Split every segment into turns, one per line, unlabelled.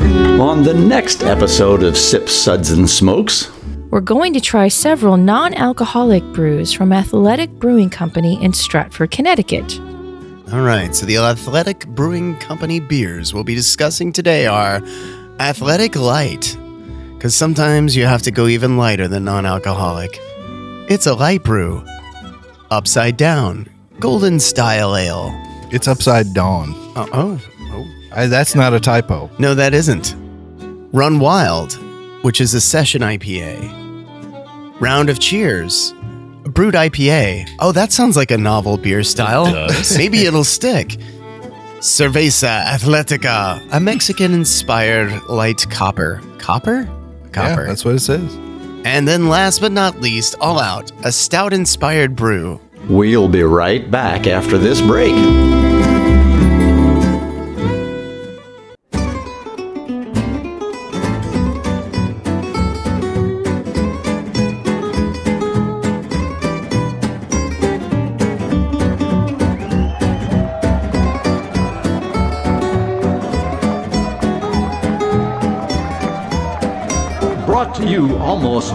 On the next episode of Sip Suds and Smokes,
We're going to try several non alcoholic brews from Athletic Brewing Company in Stratford, Connecticut.
All right, so the Athletic Brewing Company beers we'll be discussing today are Athletic Light, because sometimes you have to go even lighter than non alcoholic. It's a light brew. Upside Down, Golden Style Ale.
It's upside down.
Uh, oh, oh.
I, that's not a typo.
No, that isn't. Run Wild, which is a session IPA. Round of Cheers, a brewed IPA. Oh, that sounds like a novel beer style. Maybe it'll stick. Cerveza Atletica, a Mexican inspired light copper. Copper? Copper.
Yeah, that's what it says.
and then last but not least, All Out, a stout inspired brew.
we'll be right back after this break.
Brought to you almost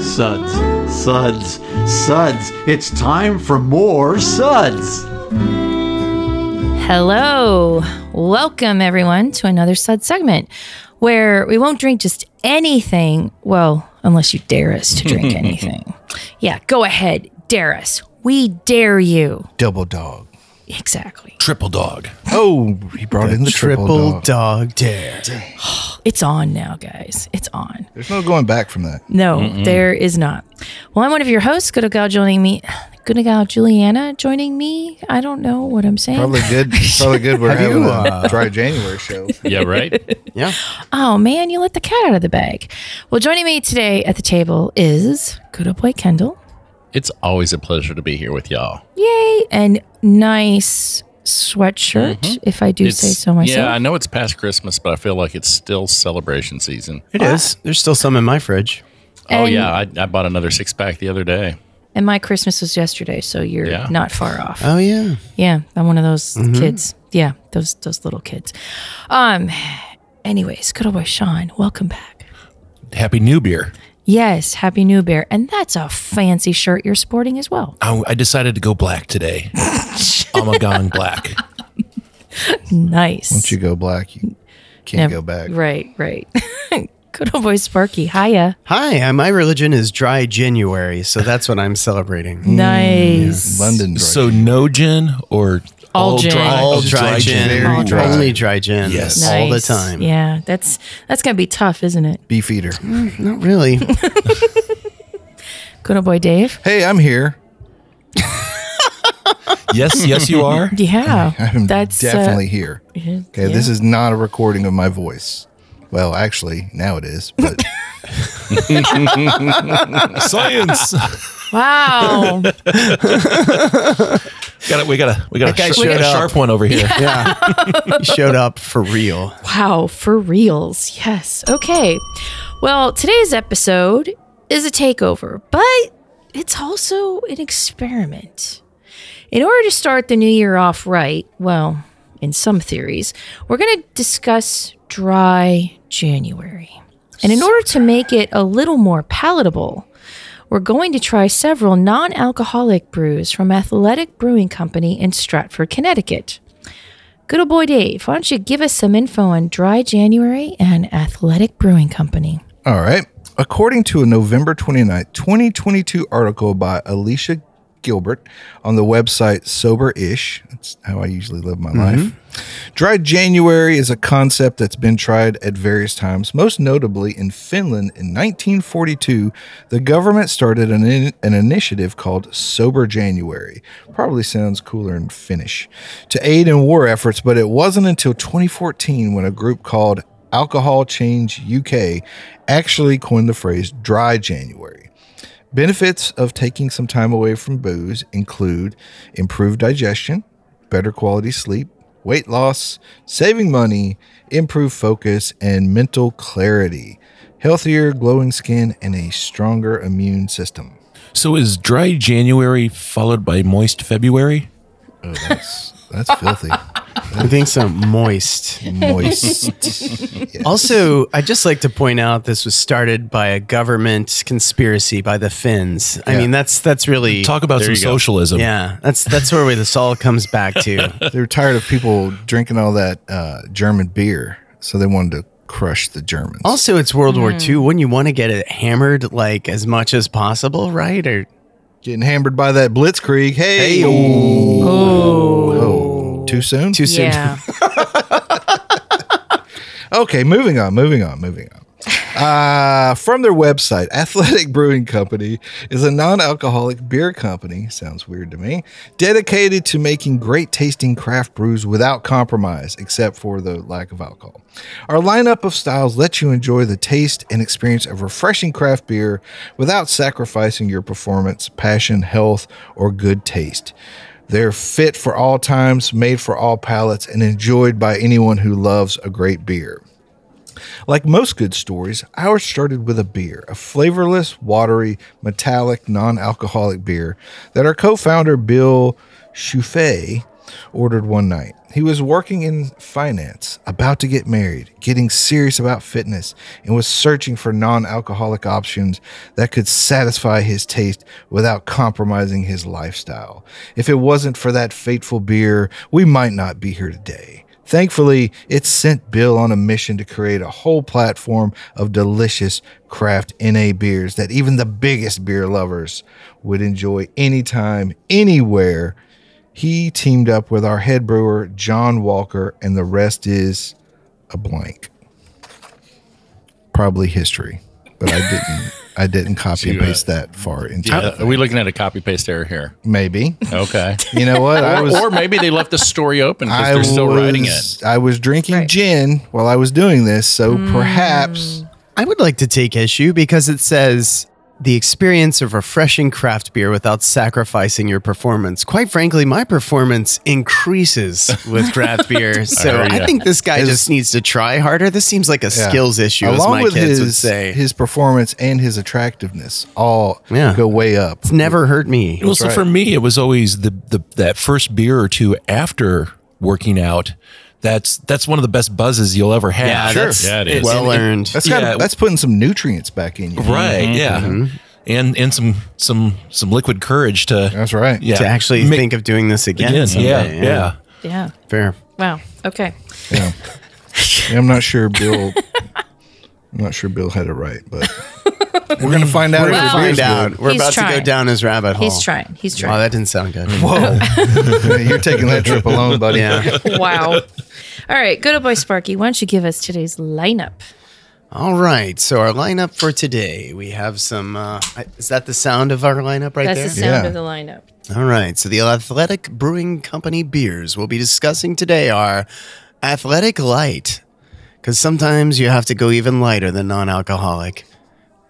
Suds, suds, suds. It's time for more suds.
Hello. Welcome, everyone, to another Sud segment where we won't drink just anything. Well, unless you dare us to drink anything. Yeah, go ahead. Dare us. We dare you.
Double dog.
Exactly.
Triple dog.
Oh, he brought in the triple, dog.
dog dare.
It's on now, guys. It's on.
There's no going back from that.
No, there is not. Well, I'm one of your hosts, Good Gal joining me. Good Gal Juliana joining me. I don't know what I'm saying.
Probably good. Probably good. We're
Have
having
you,
a
uh,
dry January show.
Yeah, right?
Yeah.
Oh man, you let the cat out of the bag. Well, joining me today at the table is good old boy Kendall.
it's always a pleasure to be here with y'all.
Yay! And nice sweatshirt, if I do say
Mm-hmm. It's-
so myself.
Yeah, I know it's past Christmas, but I feel like it's still celebration season.
It is. There's still some in my fridge.
oh,
And-
yeah. I, I bought another six pack the other day.
And my Christmas was yesterday, so you're
Yeah. Uh.
not far off.
Oh, yeah.
Yeah, I'm one of those
Mm-hmm.
kids. Yeah, those those little kids. Um. Anyways, good old boy Sean, welcome back.
Happy New Beer.
Yes, happy new bear, and that's a fancy shirt you're sporting as well.
I, I decided to go black today. I'm a gone black.
Nice.
Once you go black, you can't go back.
Right, right. Good old boy Sparky. Hiya.
Hi, uh, my religion is dry January, so that's what I'm celebrating.
Nice.
London. Dry
So no gin or
All gin.
Oh, dry,
All dry, gin,
Very
All
dry.
only dry gin,
Yes.
all the
Nice.
time.
Yeah, that's that's gonna be tough, isn't it?
beef eater.
Mm, Not really.
Good old boy Dave.
Hey, I'm here.
Yes, yes, you are.
Yeah,
I'm
that's uh,
definitely here.
yeah,
Okay, this is not a recording of my voice. Well, actually, now it is. But
Science.
wow.
got it. We got a we
That
got
guy
a, sh- we
showed
got a
up.
sharp one over here.
yeah, he showed up for real.
Wow, for reals. Yes. Okay. Well, today's episode is a takeover, but it's also an experiment. In order to start the new year off right, well, in some theories, we're going to discuss dry January. And in order to make it a little more palatable, we're going to try several non alcoholic brews from Athletic Brewing Company in Stratford, Connecticut. Good old boy Dave, why don't you give us some info on Dry January and Athletic Brewing Company?
All right. According to a November 29, 2022 article by Alicia Gilbert on the website Sober Ish, that's how I usually live my life. Dry January is a concept that's been tried at various times, most notably in Finland in 1942. The government started an, in- an initiative called Sober January. Probably sounds cooler in Finnish. To aid in war efforts, but it wasn't until 2014 when a group called Alcohol Change UK actually coined the phrase dry January. Benefits of taking some time away from booze include improved digestion, better quality sleep, weight loss, saving money, improved focus, and mental clarity, healthier, glowing skin, and a stronger immune system.
So is dry January followed by moist February?
Oh, that's, that's filthy.
I think so. Moist.
Moist.
Also, I'd just like to point out this was started by a government conspiracy by the Finns. I mean, that's that's really
Talk about some socialism.
Yeah, that's that's where this all comes back to.
they were tired of people drinking all that uh, German beer, so they wanted to crush the Germans.
Also, it's World War
Mm.
II. Wouldn't you want to get it hammered like as much as possible, right? Or
Getting hammered by that Blitzkrieg. Hey, Oh, too soon.
too soon?
Yeah.
Okay, moving on, moving on, moving on. Uh, from their website, Athletic Brewing Company is a non alcoholic beer company, sounds weird to me, dedicated to making great tasting craft brews without compromise, except for the lack of alcohol. Our lineup of styles lets you enjoy the taste and experience of refreshing craft beer without sacrificing your performance, passion, health, or good taste. They're fit for all times, made for all palates, and enjoyed by anyone who loves a great beer. Like most good stories, ours started with a beer, a flavorless, watery, metallic, non alcoholic beer that our co founder Bill Chouffet ordered one night. He was working in finance, about to get married, getting serious about fitness, and was searching for non alcoholic options that could satisfy his taste without compromising his lifestyle. If it wasn't for that fateful beer, we might not be here today. Thankfully, it sent Bill on a mission to create a whole platform of delicious craft NA beers that even the biggest beer lovers would enjoy anytime, anywhere. He teamed up with our head brewer, John Walker, and the rest is a blank. Probably history, but I didn't. I didn't copy and
You, uh,
paste that far into
Yeah,
it.
are we looking at a copy paste error here?
Maybe
Okay.
you know what I was.
or maybe they left the story open because they're still writing it.
I was drinking gin while I was doing this, so perhaps
I would like to take issue because it says the experience of refreshing craft beer without sacrificing your performance. Quite frankly, my performance increases with craft beer. So I think this guy just needs to try harder. This seems like a skills issue, as
along
my
with
kids
his
would say.
his performance and his attractiveness all
Yeah.
go way up.
it's never hurt me.
Well, so for me, it was always the, the that first beer or two after working out. That's that's one of the best buzzes you'll ever have.
Yeah, that's
Yeah, it is.
well earned.
That's got
Yeah.
that's putting some nutrients back in you.
right. Yeah, and and some some some liquid courage to
Mm-hmm. That's right.
yeah
to actually
ma-
think of doing this again.
again.
someday.
yeah, yeah,
yeah.
Fair.
Wow. Okay.
Yeah. Yeah, I'm not sure Bill. I'm not sure Bill had it right, but we're gonna find out.
We're going to
if it
Well-
beer's
find out. We're
He's
about to
trying.
go down his rabbit hole.
Oh.
He's trying. He's
Wow,
trying.
that didn't sound good.
good. You're taking that trip alone, buddy.
yeah.
wow. All right. Good old boy Sparky. Why don't you give us today's lineup?
All right. So our lineup for today, we have some. Uh, I- is that the sound of our lineup right
That's the
there?
sound
Yeah.
of the lineup.
All right. So the Athletic Brewing Company beers we'll be discussing today are Athletic Light, because sometimes you have to go even lighter than non-alcoholic.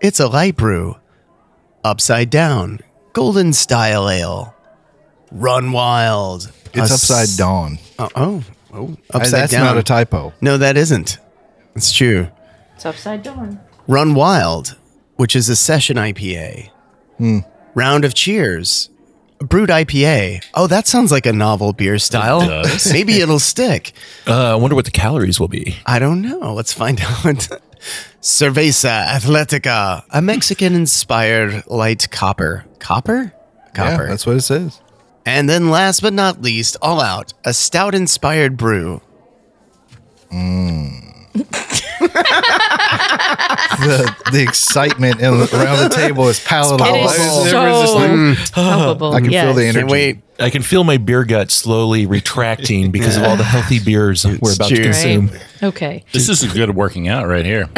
It's a light brew, upside down, golden style ale, run wild.
It's
A s-
upside down.
Oh, oh, oh
I-
upside
that's
down.
not a typo.
no, that isn't. It's true.
It's upside down.
Run Wild, which is a session IPA.
Hmm.
Round of Cheers, a brewed IPA. Oh, that sounds like a novel beer style. Maybe it'll stick.
Uh, I wonder what the calories will be.
I don't know. Let's find out. Cerveza Atletica, a Mexican inspired light copper. Copper? Copper.
Yeah, that's what it says.
and then last but not least, All Out, a stout inspired brew.
the, the excitement in, around the table is palatable.
It is
There's- there was Oh, this,
so
like,
palpable.
I can feel the
Yes.
energy.
Can't wait.
I can feel my beer gut slowly retracting because of all the healthy beers we're about to
true.
consume.
Right. Okay.
This is a good working out right here.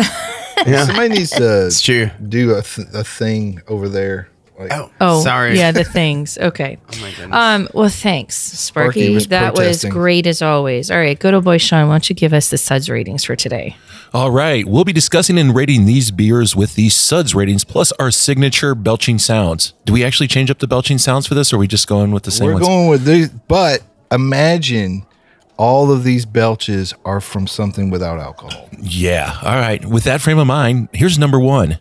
Yeah,
Somebody needs to
it's true.
do a, th- a thing over there Like,
Oh,
Oh,
sorry.
Yeah, the things. Okay. oh
my goodness.
Um. Well, thanks, Sparky.
Sparky was
that was
protesting.
great as always. All right, good old boy Sean. Why don't you give us the suds ratings for today?
All right, we'll be discussing and rating these beers with these suds ratings plus our signature belching sounds. Do we actually change up the belching sounds for this, or are we just going with the same
we're
ones?
going with these, but imagine all of these belches are from something without alcohol.
Yeah. All right. With that frame of mind, here's number one.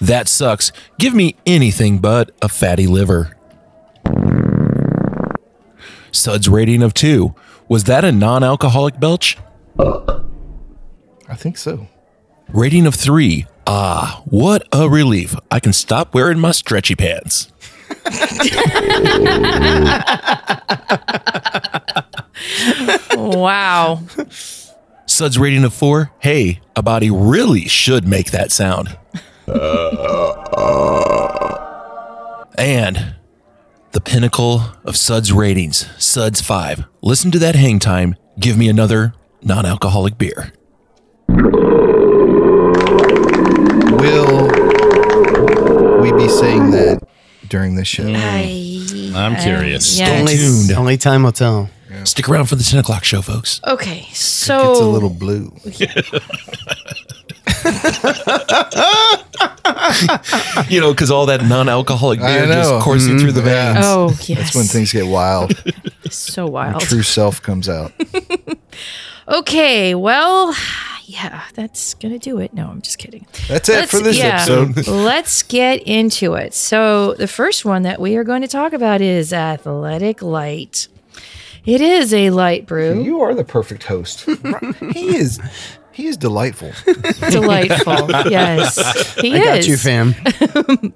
That sucks. Give me anything but a fatty liver. Sud's rating of two. Was that a non alcoholic belch?
I think so.
Rating of three. Ah, what a relief. I can stop wearing my stretchy pants.
Wow.
Sud's rating of four. Hey, a body really should make that sound. and the pinnacle of Sud's ratings, Sud's five. Listen to that hang time. Give me another non alcoholic beer.
Will we be saying that during this show?
I'm curious.
Uh, yeah.
only,
tuned.
only time will tell.
Stick around for the 10 o'clock show, folks.
Okay. So
It's
Oh.
a little blue.
You know, because all that non alcoholic
I
beer just
know. Mm-hmm.
coursing through the
Yeah.
veins.
Oh yes.
That's when things get wild.
so wild.
True self comes out.
Okay. Well, yeah, that's gonna do it. No, I'm just kidding.
That's it for this episode.
Let's get into it. So, the first one that we are going to talk about is Athletic Light. It is a light brew.
You are the perfect host. he is. He is delightful.
Delightful. yes. He
I
is.
got you, fam.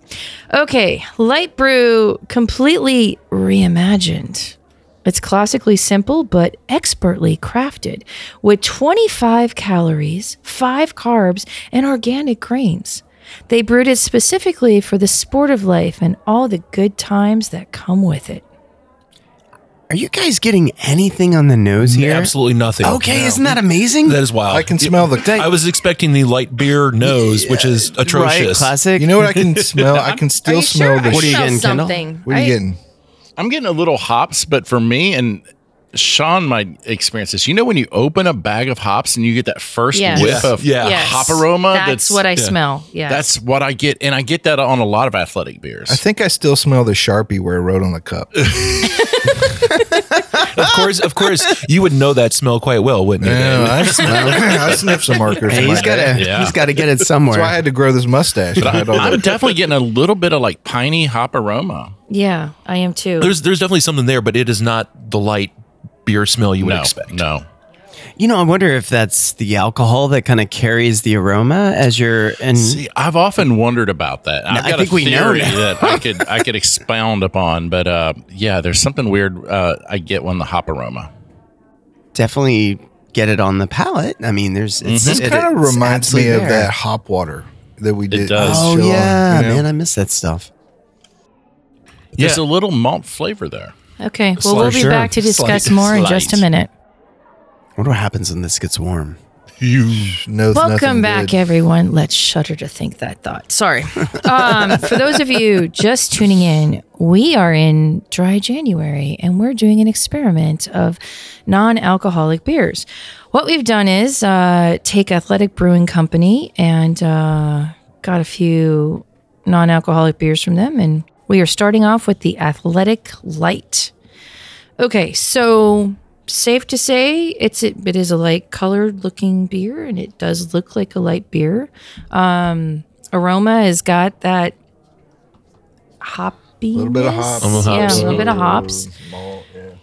Okay. Light brew completely reimagined. It's classically simple but expertly crafted with 25 calories, 5 carbs, and organic grains. They brewed it specifically for the sport of life and all the good times that come with it.
Are you guys getting anything on the nose here?
Absolutely nothing.
Okay, isn't that amazing?
That is wild.
I can smell the.
I was expecting the light beer nose, which is
Right,
atrocious.
classic.
you know what I can smell? I can still smell the.
What are you
shit.
getting, Kendall?
What are you
I-
getting?
I'm getting a little hops, but for me and Sean might experience this. You know when you open a bag of hops and you get that first
Yes.
whiff
Yes.
of
Yeah.
Yes.
hop aroma?
That's, what I
yeah.
smell. Yes.
That's what I get, and I get that on a lot of athletic beers.
I think I still smell the sharpie where it wrote on the cup.
Of course, of course, you would know that smell quite well, wouldn't you?
Yeah, Oh, I smell. I sniff some markers.
Hey,
in my
he's got
day.
to.
Yeah.
He's got to get it
That's
somewhere.
why I had to grow this mustache. I had all
I'm
that-
definitely getting a little bit of like piney hop aroma.
yeah, I am too.
There's there's definitely something there, but it is not the light beer smell you would
no,
expect.
no.
you know, I wonder if that's the alcohol that kind of carries the aroma as you're and
See, I've often wondered about that. I've
I
got
think
a
we know
theory
now.
that I could I could expound upon, but uh, yeah, there's something weird uh, I get when the hop aroma.
definitely get it on the palate. I mean, there's it's,
Mm-hmm. This
it-
kind of
it's
reminds me
absolutely
of
there.
that hop water that we did.
does.
on
Oh
the show,
yeah,
you know?
man, I miss that stuff.
There's a little malt flavor there.
okay, well, we'll be
sure.
back to discuss
Slight-
more in just a
slight.
minute.
wonder what happens when this gets warm.
Knows
Welcome
nothing
back,
good.
everyone. Let's shudder to think that thought. Sorry. Um, for those of you just tuning in, we are in dry January and we're doing an experiment of non alcoholic beers. What we've done is uh, take Athletic Brewing Company and uh, got a few non alcoholic beers from them. And we are starting off with the Athletic Light. Okay, so safe to say it's it, it is a light colored looking beer and it does look like a light beer. Um, aroma has got that hoppy.
Little bit of hops.
Yeah, a little bit of hops.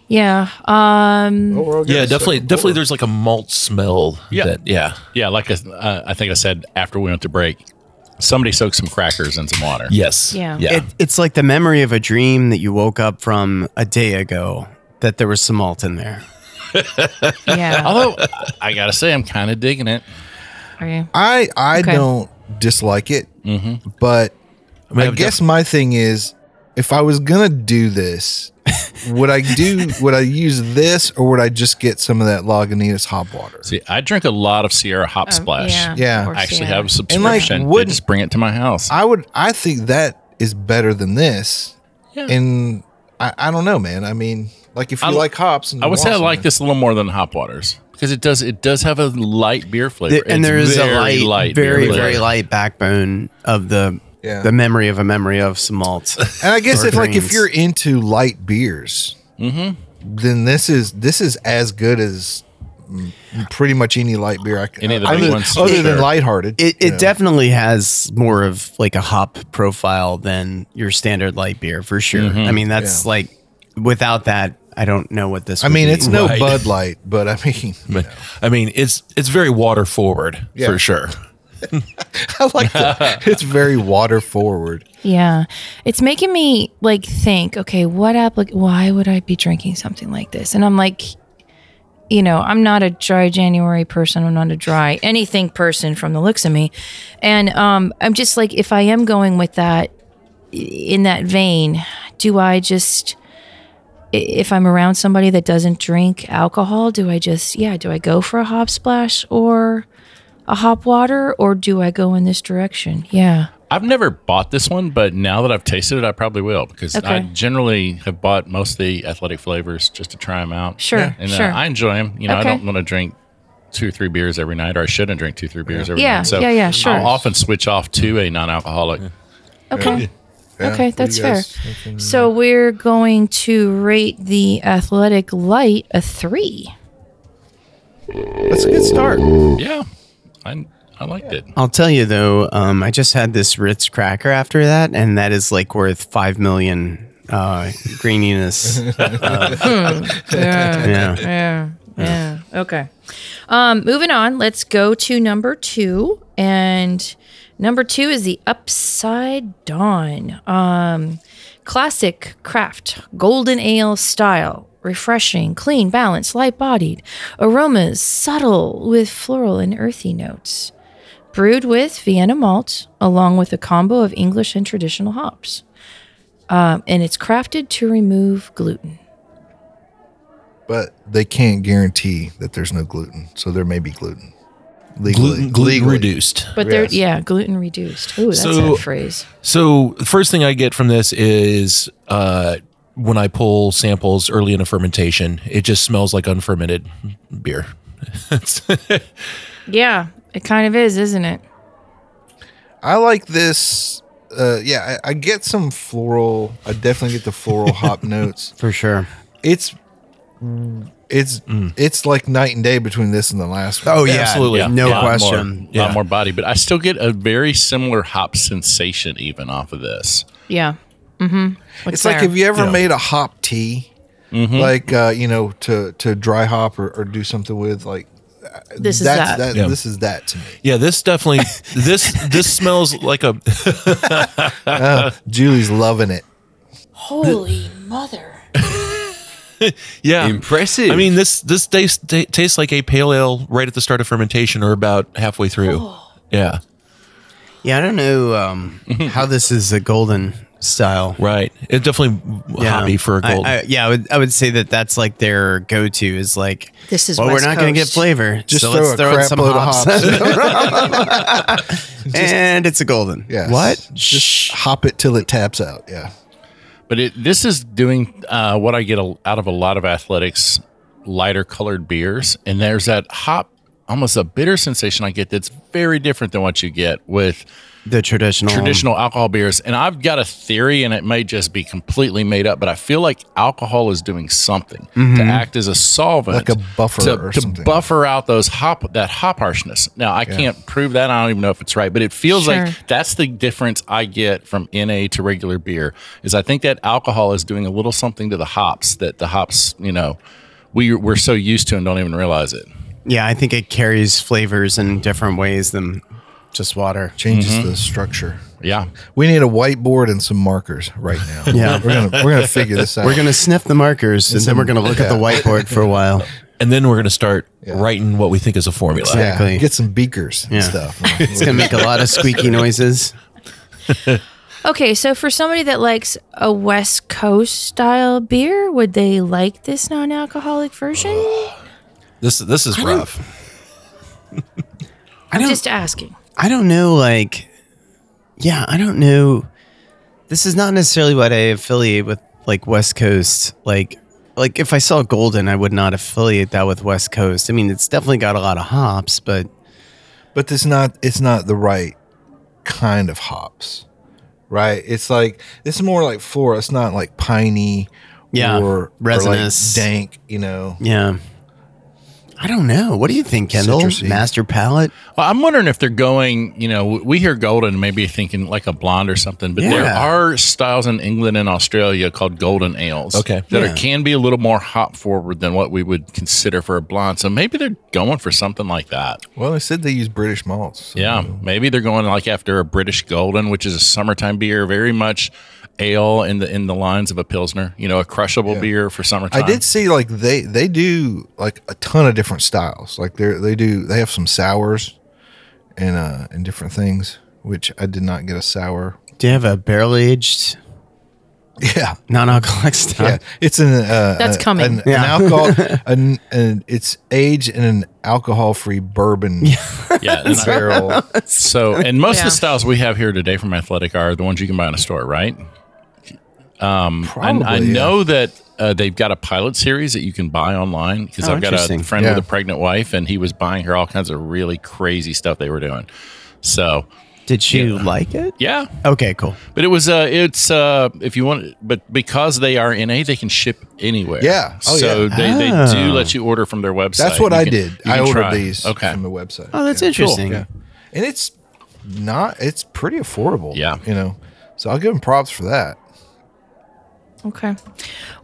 Yeah. Um,
Overall,
Yeah,
guys,
definitely,
so-
definitely. There's like a malt smell.
Yeah.
that, yeah,
Yeah, like I, uh, I think I said after we went to break, somebody soaked some crackers in some water.
yes,
Yeah.
yeah.
It, it's like the memory of a dream that you woke up from a day ago that there was some malt in there.
yeah.
Although I gotta say, I'm kind of digging it.
Okay.
I I
Okay.
don't dislike it, but
Mm-hmm. I,
I
mean, I've
guess my thing is, if I was gonna do this, would I do? would I use this, or would I just get some of that Lagunitas hop water?
See, I drink a lot of Sierra Hop Splash.
Oh, Yeah.
Yeah.
of course,
I actually
yeah.
have a subscription. They
wouldn't-
just bring it to my house.
I would. I think that is better than this.
Yeah.
And I, I don't know, man. I mean, like if you
I-
like hops, and
I
you
would
want
say I
some-
like this a little more than hop waters because it does it does have a light beer flavor.
The- and
It's
there is a
very
light,
beer
very
flavor.
very light backbone of the
Yeah.
the memory of a memory of some malt.
And I guess
or
if like if
greens.
you're into light beers,
Mm-hmm.
then this is this is as good as mm, pretty much any light beer I can.
Any of the
other,
big ones, for
other than
sure.
lighthearted.
it
you
it
know.
definitely has more of like a hop profile than your standard light beer for sure. I mean, that's like without that, I don't know what this.
I
would
mean,
be.
it's no
Right.
Bud Light, but I mean,
But I mean, it's it's very water forward
Yeah.
for sure.
I like that. It's very water forward.
Yeah. It's making me like think, okay, what applic why would I be drinking something like this? And I'm like, you know, I'm not a dry January person. I'm not a dry anything person from the looks of me. And um I'm just like if I am going with that i- in that vein, do I just i- if I'm around somebody that doesn't drink alcohol, do I just yeah, do I go for a hop splash or a hop water or do I go in this direction? Yeah.
I've never bought this one, but now that I've tasted it, I probably will because I
Okay.
generally have bought most of the athletic flavors just to try them out.
Sure,
and
sure.
uh, I enjoy them. You know,
Okay.
I don't want to drink two or three beers every night, or I shouldn't drink two three beers every
Yeah,
night. So
yeah, yeah, sure.
I'll often switch off to a non-alcoholic.
Okay.
Yeah,
Okay,
you
that's fair.
guys-
So we're going to rate the athletic light a three.
That's a good start.
Yeah, I I liked it.
I'll tell you though, um, I just had this Ritz cracker after that, and that is like worth five million uh, greeniness. Uh,
Yeah,
yeah.
yeah, yeah. Okay. Um, moving on, let's go to number two. And number two is the Upside Dawn. Um, classic craft, golden ale style. Refreshing, clean, balanced, light bodied. Aromas subtle with floral and earthy notes. brewed with Vienna malt, along with a combo of English and traditional hops. Um, and it's crafted to remove gluten.
But they can't guarantee that there's no gluten, so there may be gluten. Legally,
Gluten, gluten
Legally.
reduced.
But they're, yeah, gluten reduced. Ooh, that's
So-
that phrase.
So the first thing I get from this is uh, when I pull samples early in a fermentation, it just smells like unfermented beer. It's-
Yeah, it kind of is, isn't it?
I like this. Uh, yeah, I, I get some floral. I definitely get the floral hop notes.
For sure.
It's it's it's like night and day between this and the last one.
Mm. Oh yeah,
Absolutely. Yeah.
no
A lot
question.
more, lot more body, but I still get a very similar hop sensation even off of this.
Yeah. Mm-hmm.
it's like have you ever made a hop tea?
Mm-hmm.
Like uh, you know, to to dry hop or, or do something with like
this is
that's
that.
that
Yeah.
this is that to me.
yeah, this definitely this this smells like a
Julie's loving it.
Holy mother.
yeah.
Impressive.
I mean this this tastes ta- tastes like a pale ale right at the start of fermentation or about halfway through. Yeah,
Yeah, I don't know um, how this is a golden style.
right. It definitely
Yeah.
hoppy for a
I-
gold.
I, yeah, I would, I would say that that's like their go-to is like
This is
well,
West
we're not going to get
Coast.
flavor.
Just
so
throw
let's
a
throw in
crap
some
load of
hops. and it's a golden.
Yeah.
What?
Just hop it till it taps out. Yeah.
But it, this is doing uh, what I get a, out of a lot of athletics, lighter colored beers, and there's that hop, almost a bitter sensation I get that's very different than what you get with
The traditional.
traditional alcohol beers. And I've got a theory, and it may just be completely made up, but I feel like alcohol is doing something to act as a solvent,
Mm-hmm. Like a buffer
to,
or
to
something.
buffer out those hop that hop harshness. Now I can't prove that. I don't even know if it's right, but it feels
Sure.
like that's the difference I get from NA to regular beer. Is I think that alcohol is doing a little something to the hops that the hops, you know. We, we're so used to and don't even realize it.
Yeah, I think it carries flavors in different ways than just water.
Changes the structure.
Yeah.
We need a whiteboard and some markers right now.
Yeah.
We're gonna we're gonna figure this out.
We're going to sniff the markers and then we're going to look at the whiteboard for a while.
and then we're gonna start writing what we think is a formula.
Yeah,
Exactly.
get some beakers and
Yeah.
stuff.
It's going to make a lot of squeaky noises.
Okay, so for somebody that likes a West Coast style beer, would they like this non alcoholic version?
This this is rough.
I don't
Just asking.
I don't know like yeah, I don't know This is not necessarily what I affiliate with, like West Coast. Like, like if I saw Golden, I would not affiliate that with West Coast. I mean, it's definitely got a lot of hops, but
but it's not it's not the right kind of hops right it's like this is more like flora it's not like piney
Yeah,
or or, like,
resinous.
dank you know
yeah. I don't know. What do you think, Kendall?
Citrusy.
Master palate?
Well, I'm wondering if they're going, you know, we hear golden, maybe thinking like a blonde or something, but there
Yeah.
are styles in England and Australia called golden ales.
Okay.
That
Yeah.
are, can be a little more hop forward than what we would consider for a blonde. So maybe they're going for something like that.
well they said they use british malts so-
Yeah. Maybe they're going like after a British golden, which is a summertime beer, very much ale in the in the lines of a pilsner, you know, a crushable beer for summertime.
I did see like they they do like a ton of different styles. Like they they do they have some sours and uh and different things, which I did not get a sour.
Do you have a barrel aged
Yeah.
non-alcoholic style?
Yeah, it's an uh,
That's
a-
coming.
An,
Yeah.
an alcohol, an, an it's aged in an alcohol-free bourbon
Yeah. and I-
barrel.
So, and most
Yeah.
of the styles we have here today from Athletic are the ones you can buy in a store, right? Um, and I
Probably, yeah.
know that uh, they've got a pilot series that you can buy online because
Oh,
I've got
interesting.
a friend
Yeah.
with a pregnant wife, and he was buying her all kinds of really crazy stuff they were doing. So,
Did you like it?
yeah,
Okay, cool.
but it was uh, it's uh, if you want, but because they are NA, they can ship anywhere.
Yeah. Oh,
so
yeah.
they, they do let you order from their website.
That's what
You
I
can-
did.
you
I
can
ordered
try.
these
Okay.
from the website.
Oh, that's
Yeah.
interesting.
Yeah. And it's not it's pretty affordable.
Yeah.
You know. So I'll give them props for that.
Okay.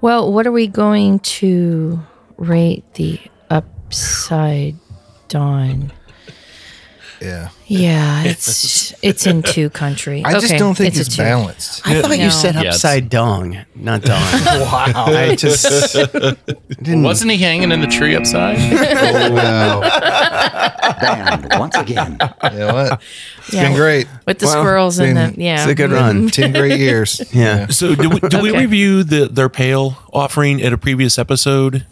Well, what are we going to rate the upside down?
Yeah.
Yeah, it's it's in two country.
I just
Okay,
don't think
a
it's
two.
balanced.
I thought you
No.
said
Yeah, it's-
upside dong, not dong. wow. I just I didn't.
Wasn't he hanging in the tree upside?
Banned once again.
You know what? It's
Yeah.
been great.
With the squirrels and the
been-
yeah.
It's a good run.
Ten great years.
Yeah.
So do we, do we
Okay.
review the their pale offering at a previous episode?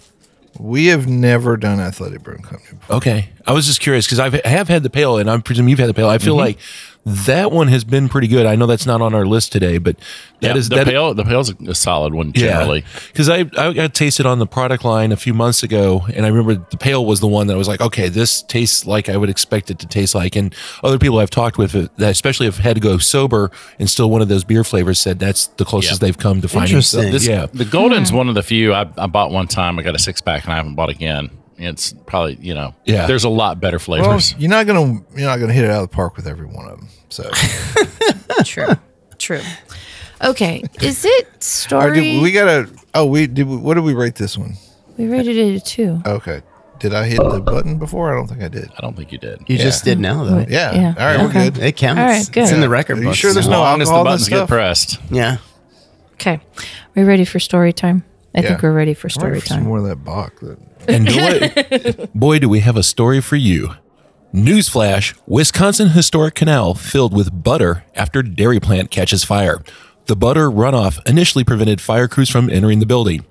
We have never done athletic brewing company. Before.
Okay, I was just curious because I have had the pale, and I presume you've had the pale. I feel like that one has been pretty good. I know that's not on our list today, but that
Yeah,
is
the
that,
pale. The pale's a solid one generally.
Because I, I got tasted on the product line a few months ago, and I remember the pale was the one that I was like, okay, this tastes like I would expect it to taste like. And other people I've talked with uh, that especially have had to go sober and still one of those beer flavors said that's the closest
Yeah.
they've come to finding.
Interesting.
something.
This,
yeah.
The Golden's
Hmm.
one of the few I, I bought one time. I got a six pack and I haven't bought again. It's probably, you know,
Yeah.
there's a lot better
Well,
flavors.
you're not gonna you're not gonna hit it out of the park with every one of them. So
True. True. Okay. Is it
Or
story?
did, we gotta. Oh, we did. We, what did we rate this one?
we rated it a two.
Okay. Did I hit the button before? I don't think I did.
I don't think you did.
You just did now, though.
Yeah.
Yeah.
All right,
Okay.
we're good.
It counts.
All right, good.
It's in the
Yeah.
record
Are you
books
sure there's
As
now.
no
long as the
alcohol in
buttons
this
get
stuff?
pressed.
Yeah.
Okay. We ready for story time? I
Yeah.
think we're ready for
I wonder
story
if some
time.
more of that Bach. That,
And you know what? boy, do we have a story for you. Newsflash Wisconsin Historic Canal filled with butter after dairy plant catches fire. The butter runoff initially prevented fire crews from entering the building.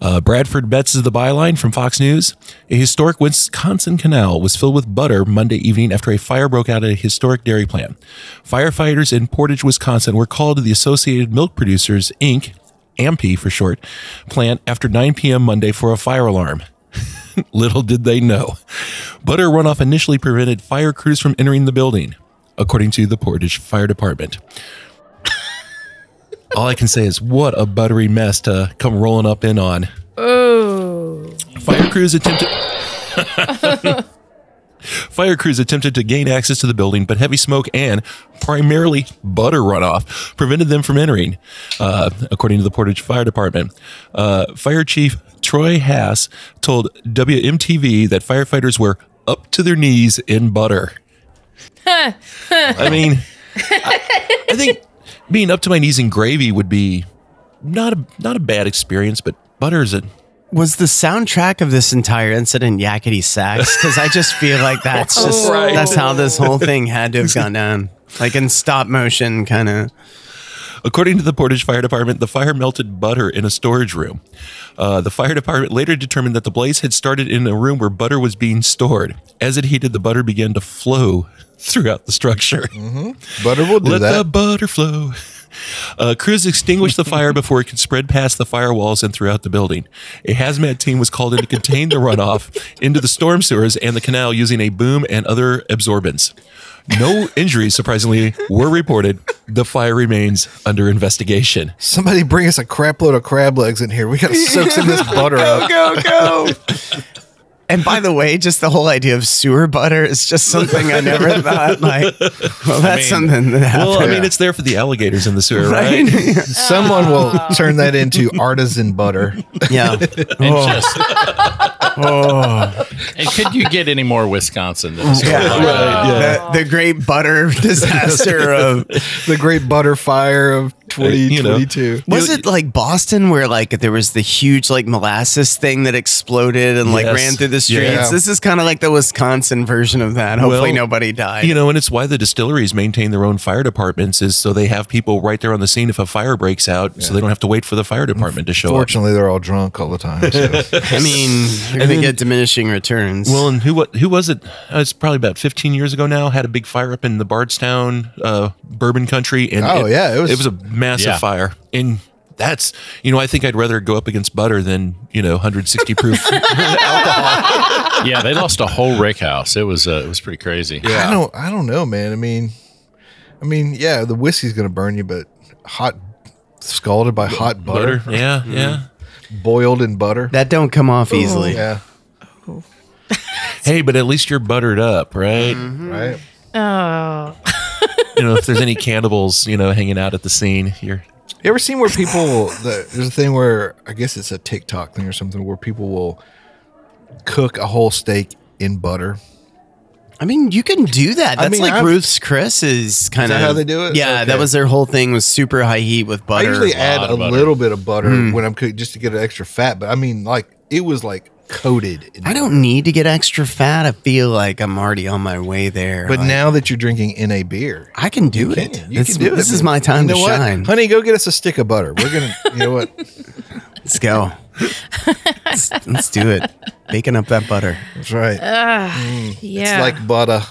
Uh, Bradford Betts is the byline from Fox News. A historic Wisconsin canal was filled with butter Monday evening after a fire broke out at a historic dairy plant. Firefighters in Portage, Wisconsin were called to the Associated Milk Producers, Inc., AMPI for short, plant after 9 p.m. Monday for a fire alarm. Little did they know. Butter runoff initially prevented fire crews from entering the building, according to the Portage Fire Department. All I can say is what a buttery mess to come rolling up in on.
Oh.
Fire crews attempted. Fire crews attempted to gain access to the building, but heavy smoke and primarily butter runoff prevented them from entering, uh, according to the Portage Fire Department. Uh, Fire Chief Troy Haas told WMTV that firefighters were up to their knees in butter. I mean, I, I think being up to my knees in gravy would be not a not a bad experience, but butter is a
Was the soundtrack of this entire incident Yakety Sax? Because I just feel like that's just
Right.
that's how this whole thing had to have gone down, like in stop motion, kind of.
According to the Portage Fire Department, the fire melted butter in a storage room. Uh, the fire department later determined that the blaze had started in a room where butter was being stored. As it heated, the butter began to flow throughout the structure.
butter will do
Let the
that.
butter flow. Uh, crews extinguished the fire before it could spread past the firewalls and throughout the building. A hazmat team was called in to contain the runoff into the storm sewers and the canal using a boom and other absorbents. No injuries, surprisingly, were reported. The fire remains under investigation.
Somebody bring us a crap load of crab legs in here. We got to soak some of this butter up.
Go, go. And by the way, just the whole idea of sewer butter is just something I never thought. Like, well, that's something that happened.
Well, I mean, it's there for the alligators in the sewer, right?
Someone will turn that into artisan butter.
yeah. Oh,
Just,
oh.
and could you get any more Wisconsin? Than this?
Yeah. The, the great butter disaster of
The great butter fire of
you know.
2022.
was it like Boston where like there was the huge like molasses thing that exploded and like
Yes.
ran through the streets?
Yeah.
This is kind of like the Wisconsin version of that. Hopefully
Well,
nobody died.
You know, and it's why the distilleries maintain their own fire departments is so they have people right there on the scene if a fire breaks out, so they don't have to wait for the fire department to show up.
Fortunately, they're all drunk all the time. so.
I mean, you're going to
then-
get diminishing returns.
Well, and who wa- who was it? Uh, It's probably about 15 years ago now. Had a big fire up in the Bardstown, uh, Bourbon Country, and
Oh, yeah, it was-
a massive
Yeah.
fire. And that's you know, I think I'd rather go up against butter than you know 160 proof.
yeah, they lost a whole rick house. It was uh, it was pretty crazy.
I don't. I don't know, man. I mean, I mean, yeah, the whiskey's gonna burn you, but hot, scalded by hot butter,
butter. Yeah, yeah.
boiled in butter.
that don't come off easily.
yeah,
Hey, but at least you're buttered up, right?
right.
Oh,
You know, if there's any cannibals, you know, hanging out at the scene, you're
You ever seen where people? The, there's a thing where I guess it's a TikTok thing or something where people will cook a whole steak in butter.
I mean, you can do that.
I
That's
mean,
like
I've-
Ruth's Chris's kind
that
of
how they do it?
Yeah,
Okay.
that was their whole thing was super high heat with butter.
I usually add
lot
a
of butter.
little bit of butter when I'm cooking just to get an extra fat, but I mean, like it was like coated. In
I
butter.
don't need to get extra fat. I feel like I'm already on my way there.
But
Like,
now that you're drinking in a beer,
I can do it.
You
It's-
can do it,
this is
man.
my time
You know
to
what?
shine.
honey. Go get us a stick of butter. We're gonna, you know what?
Let's go. let's, let's do it. Baking up that butter.
That's right. It's
yeah.
like butter.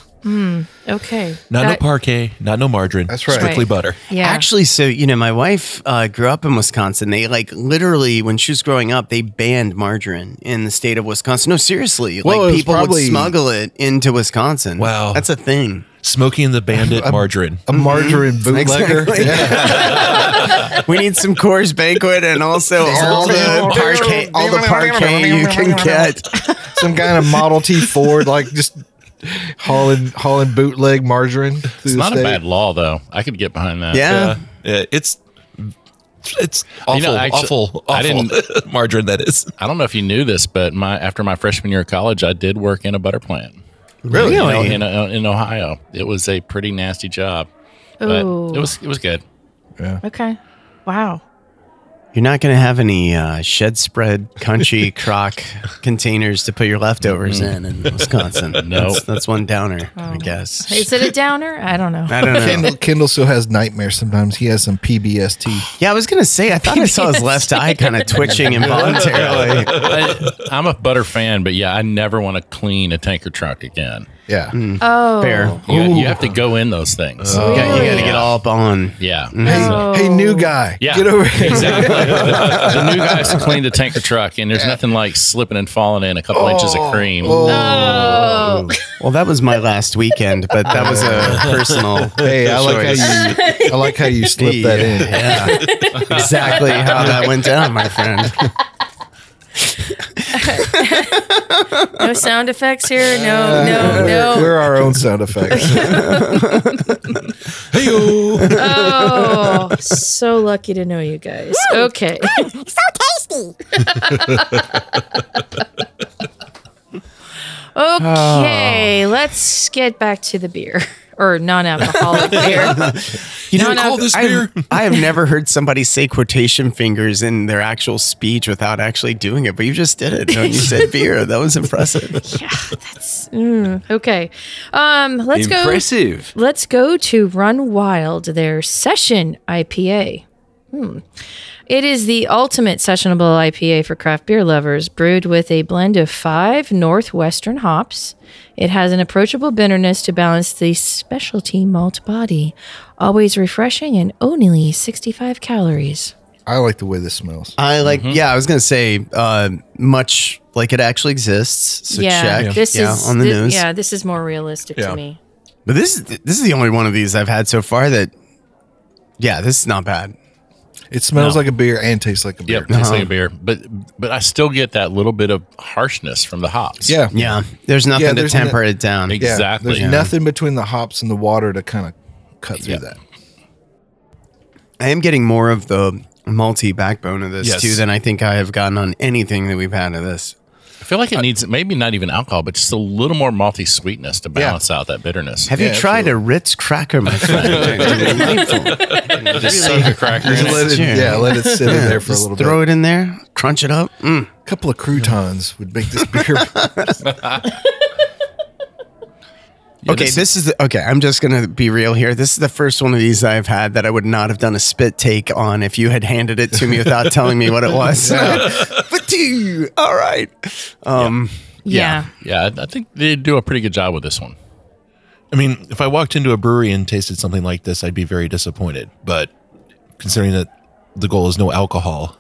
okay.
Not
That-
no parquet, not no margarine.
That's right.
Strictly
Right.
butter.
Yeah.
Actually, so you know, my wife uh, grew up in Wisconsin. They like literally when she was growing up, they banned margarine in the state of Wisconsin. No, seriously,
Well, it
like
was
people
probably-
would smuggle it into Wisconsin.
Wow.
that's a thing.
Smoky and the Bandit margarine.
A margarine bootlegger.
Exactly.
Yeah.
We need some Coors Banquet and also all the parquet, all the parquet you can get.
Some kind of Model T Ford, like just hauling hauling bootleg margarine. Through
It's
the
not a
state.
bad law though. I could get behind that.
Yeah,
Yeah, it's it's awful,
You know, actually,
awful,
I
awful margarine. That is.
I don't know if you knew this, but my after my freshman year of college, I did work in a butter plant.
really.
You know, in, uh, in Ohio, it was a pretty nasty job, but
Ooh.
it was it was good.
okay. Wow.
You're not going to have any uh, shed spread country crock containers to put your leftovers in in Wisconsin.
No.
that's, that's one downer, I guess.
Is it a downer? I don't know.
I don't know.
Kendall, Kendall still has nightmares sometimes. He has some PBST.
Yeah, I was gonna say. I thought I saw his left eye kind of twitching involuntarily.
Oh. I, I'm a butter fan, but yeah, I never want to clean a tanker truck again.
Yeah.
Oh.
Fair.
You, you have to go in those things.
Oh.
You got- you got to
Yeah.
get all up on.
Oh. Yeah.
Hey,
Oh.
hey, new guy.
Yeah.
Mm-hmm. Get over here.
Exactly. the, the new guys to clean the tanker truck, and there's nothing like slipping and falling in a couple inches of cream.
Oh.
Oh.
Well, that was my last weekend, but that was a personal.
Hey, I like how you I like how you slip that in.
Yeah, exactly how that went down, my friend.
No sound effects here. No, no,
Uh, We're,
no.
we're our own sound effects.
Oh, so lucky to know you guys. Okay.
So tasty.
Okay. Let's get back to the beer or non alcoholic beer.
You
You call this
I've-
beer?
I have never heard somebody say quotation fingers in their actual speech without actually doing it, but you just did it. When you said beer. That was impressive.
Okay. Um, let's go.
Impressive.
Let's go to Run Wild, their session IPA. Hmm. It is the ultimate sessionable IPA for craft beer lovers, brewed with a blend of five Northwestern hops. It has an approachable bitterness to balance the specialty malt body. Always refreshing and only 65 calories.
I like the way this smells.
I like, yeah, I was going to say, uh, much like it actually exists. So check
this
yeah,
is
on the
thi-
news.
Yeah, this is more realistic
Yeah.
to me.
But this is this is the only one of these I've had so far that, yeah, this is not bad.
It smells like a beer and tastes like a beer.
Yep, tastes like a beer, but but I still get that little bit of harshness from the hops.
Yeah.
Yeah, there's nothing to
there's no-
temper it down.
Ex-
Yeah,
Exactly.
There's
Yeah.
nothing between the hops and the water to kind of cut through
Yeah.
that.
I am getting more of the malty backbone of this
Yes.
too than I think I have gotten on anything that we've had of this.
I feel like it needs maybe not even alcohol, but just a little more malty sweetness to balance out that bitterness.
Have
Yeah,
you tried a Ritz cracker, my friend?
Just soak a cracker in it.
Let it,
Sure.
yeah, let it sit in there for a
Just
little
throw
bit.
it in there, crunch it up. Mm.
A couple of croutons would make this beer.
Yeah,
okay,
this-
this, is the, okay. I'm just gonna be real here. This is the first one of these I've had that I would not have done a spit take on if you had handed it to me without telling me what it was. but do all right. Um,
Yeah.
Yeah, I I think they do a pretty good job with this one.
I mean, if I walked into a brewery and tasted something like this, I'd be very disappointed. But considering that the goal is no alcohol,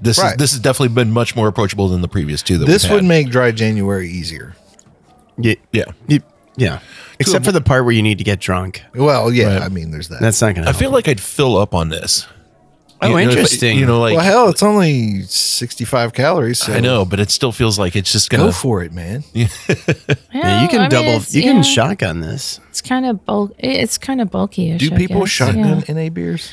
this
Right.
is, this has definitely been much more approachable than the previous two. That
this
we've
would
had.
make dry January easier.
yeah,
yeah.
yeah, yeah. Except for the part where you need to get drunk.
Well, yeah, I mean, there's that.
That's not gonna.
I
Help.
feel like I'd fill up on this.
Oh,
know, if I-
interesting.
you know, like
well, hell, it's only 65 calories. So
I know, but it still feels like it's just gonna.
Go for it, man.
Yeah, you
Well,
can
Oh, I mean,
double.
it's-
You can
yeah,
shotgun this.
It's kind of bulk. It's kind of bulky.
Do people shotgun NA beers?